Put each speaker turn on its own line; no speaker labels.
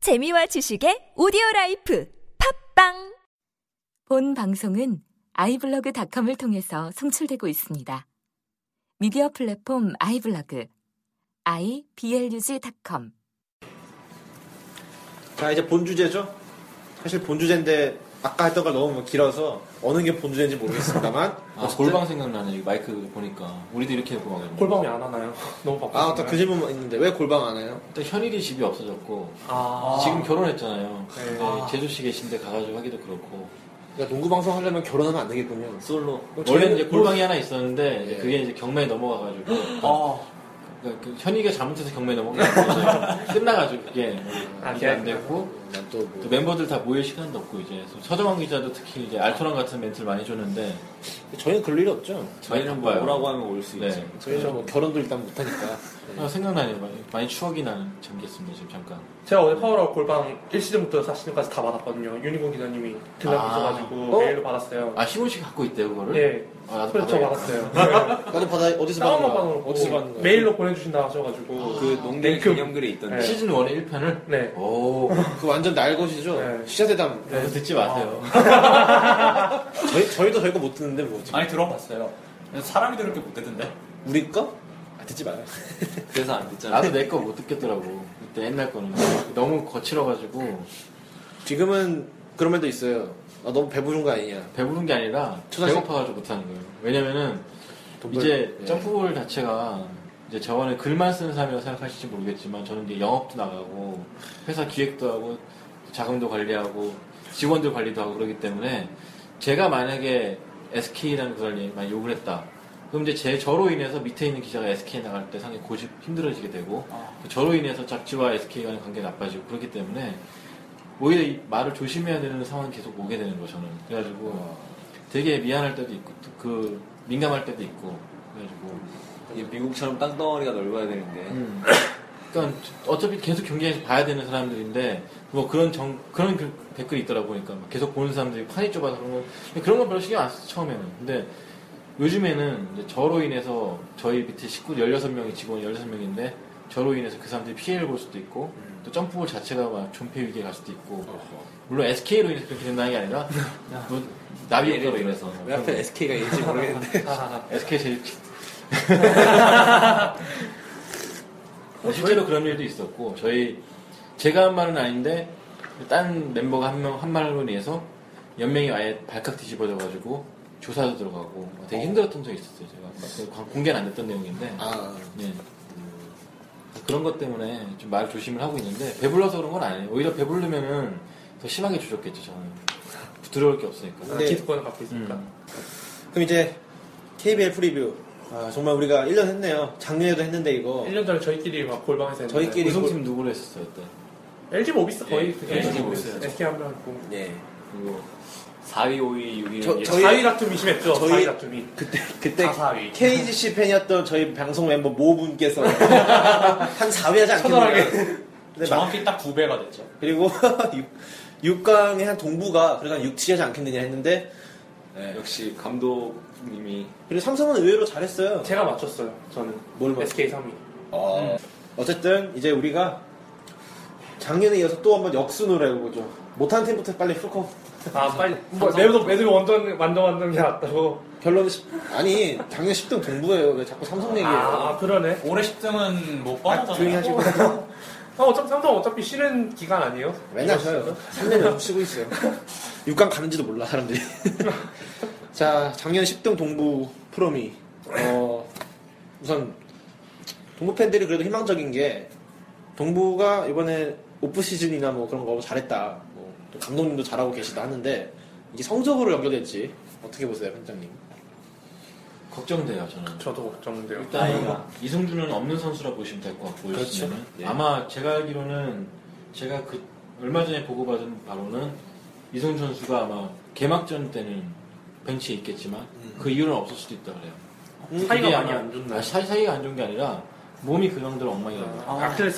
재미와 지식의 오디오 라이프 팝빵
본 방송은 아이블로그닷컴을 통해서 송출되고 있습니다. 미디어 플랫폼 아이블로그 iblog.com
자 이제 본 주제죠. 사실 본 주제인데 아까 했던 걸 너무 뭐 길어서 어느 게 본 주제인지 모르겠습니다만.
아, 골방 생각나네. 여기 마이크 보니까. 우리도 이렇게 해보고 하겠네.
골방이 안 하나요? 너무 바쁘
아, 맞다. 그 질문 있는데 왜 골방 안 해요?
일단 현일이 집이 없어졌고,
아,
지금 결혼했잖아요.
네.
근데 제주씨 계신데 가가지고 하기도 그렇고,
그러니까 농구 방송 하려면 결혼하면 안 되겠군요.
솔로.
그럼 뭐
원래는
저희-
이제 골방이 하나 있었는데, 이제
예.
그게 이제 경매에 넘어가가지고,
아,
그러니까 그 현일이가 잘못해서 경매에 넘어가가지고, 끝나가지고 그게.
아,
이게 안
네.
됐고,
난또
또
뭐.
멤버들 다 모일 시간도 없고, 이제. 서정환 기자도 특히 이제 알토란 같은 멘트를 많이 줬는데,
저희는 그럴 일이 없죠.
저희는 봐요.
오라고 하면 올 수
네.
있죠.
뭐 저희는 뭐 결혼도 일단 못하니까.
아, 생각나네요. 많이, 많이 추억이 나는 잠겠습니다, 지금 잠깐.
제가 어제 파워라고 골방 1시즌부터 4시즌까지 다 받았거든요. 유니콘 기자님이 들락이
아.
있어가지고
어?
메일로 받았어요.
아, 시몬 씨 갖고 있대요, 그거를?
예.
아, 나도
그래서 저
받아야겠다.
받았어요.
나도 받아 어디서 받는
다운만
거야?
받아놓고
어디서 아. 받는 거야?
메일로 보내주신다 하셔가지고
그 농대
냉큼.
기념글에 있던
네.
시즌 1의 1편을?
네.
오,
그 완전 날것이죠.
네.
시사대담.
그거 듣지 마세요.
어.
저희 저희도 저희 거 못 듣는데 뭐. 어떻게.
많이 들어봤어요. 사람이 들을 게못 듣던데.
우리 거? 아, 듣지 마요.
그래서 안 듣잖아.
나도 내 거 못 듣겠더라고. 그때 옛날 거는. 너무 거칠어가지고,
지금은 그런 면도 있어요. 아, 너무 배부른 거 아니냐.
배부른 게 아니라,
초등학생-
배고파가지고 못하는 거예요. 왜냐면은,
돈 벌-
이제
예.
점프볼 자체가, 이제 저번에 글만 쓰는 사람이라고 생각하실지 모르겠지만, 저는 이제 영업도 나가고, 회사 기획도 하고, 자금도 관리하고, 직원들 관리도 하고 그러기 때문에, 제가 만약에 SK라는 그걸 많이 욕을 했다. 그럼 이제 제 저로 인해서 밑에 있는 기자가 SK 나갈 때 상당히 고집 힘들어지게 되고
아.
그 저로 인해서 잡지와 SK 간의 관계가 나빠지고 그렇기 때문에 오히려 이 말을 조심해야 되는 상황이 계속 오게 되는 거 저는 그래가지고 되게 미안할 때도 있고 또그 민감할 때도 있고 그래가지고
이게 미국처럼 땅덩어리가 넓어야 되는데.
음,
그러니까 어차피 계속 경기에서 봐야 되는 사람들인데 뭐 그런 정 그런 글- 댓글이 있더라 보니까 막 계속 보는 사람들이 판이 좁아서 그런 건 근데 그런 건 별로 신경 안 썼어 처음에는 근데 요즘에는 이제 저로 인해서 저희 밑에 식구 16명이 직원 16명인데 저로 인해서 그 사람들이 피해를 볼 수도 있고 또 점프볼 자체가 막 존폐 위기에 갈 수도 있고 물론 SK로 인해서 그렇게 된다는 게 아니라 뭐 나비 효과로 인해서
왜 앞에 SK가 있는지 모르겠는데.
SK 제일 아, 실제로 그런 일도 있었고 저희 제가 한 말은 아닌데 딴 멤버가 한 명 한 말로 인해서 연맹이 아예 발칵 뒤집어져가지고 조사도 들어가고 뭐 되게 힘들었던 적이 있었어요 제가 막그 공개는 안 됐던 내용인데
아,
예. 그런 것 때문에 좀 말 조심을 하고 있는데 배불러서 그런 건 아니에요 오히려 배부르면은 더 심하게 조졌겠죠 저는 두려울 게 없으니까
네.
기득권을 갖고 있으니까.
음.
그럼 이제 KBL 프리뷰. 아, 정말 우리가 1년 했네요. 작년에도 했는데 이거.
1년 전에 저희끼리 막 골방에서 했는데
저희끼리 네,
우승팀 누구로 했었어요 그때
LG 모비스 거의 그
예, LG 모비스.
SK 한명 있고
예.
그리고 4위, 5위, 6위.
저-
이렇게
저희-
4위 다툼이 심했죠.
저희-
4위 다툼이.
그때 그때
다 4위.
KGC 팬이었던 저희 방송 멤버 모 분께서 한 4위 하지
처절하게.
않겠냐. 근데 막-
정확히 딱 9배가 됐죠.
그리고 6강의 한 동부가 그러니까 6치하지 않겠느냐 했는데
네, 역시 감독님이
그리고 삼성은 의외로 잘했어요.
제가 맞췄어요. 저는 네.
뭘 맞-
SK 3위.
어. 쨌든 이제 우리가 작년에 이어서 또 한번 역순으로 해보죠. 못한 팀부터 빨리 풀고
아 빨리 뭐, 매도 매도 완전 완전 완전 게 낫다고.
결론은 10 아니 작년 10등 동부예요. 왜 자꾸 삼성 얘기해요?
아 그러네.
올해 10등은 뭐 못
아, 조용히 하시고
아, 어차피 삼성 어차피 쉬는 기간 아니에요?
맨날 쉬어요. 3년 연속 쉬고 있어요. 6강 가는지도 몰라, 사람들이. 자, 작년 10등 동부 프로미. 어, 우선, 동부 팬들이 그래도 희망적인 게, 동부가 이번에 오프 시즌이나 뭐 그런 거 잘했다. 뭐, 또 감독님도 잘하고 계시다 하는데, 이게 성적으로 연결될지, 어떻게 보세요, 편장님?
그-
걱정돼요 저는
저도 걱정돼요.
아,
일단 이승준은 없는 선수라 보시면 될 것 같고
그렇죠.
요즘에는.
예.
아마 제가 알기로는 제가 그 얼마 전에 보고받은 바로는 이승준 선수가 아마 개막전 때는 벤치에 있겠지만
음.
그 이유는 없을 수도 있다 그래요.
사이가
그게
많이
아마-
안 좋나요?
아, 사이, 사이가 안 좋은 게 아니라 몸이 그 정도로 엉망이라고.
아, 클레스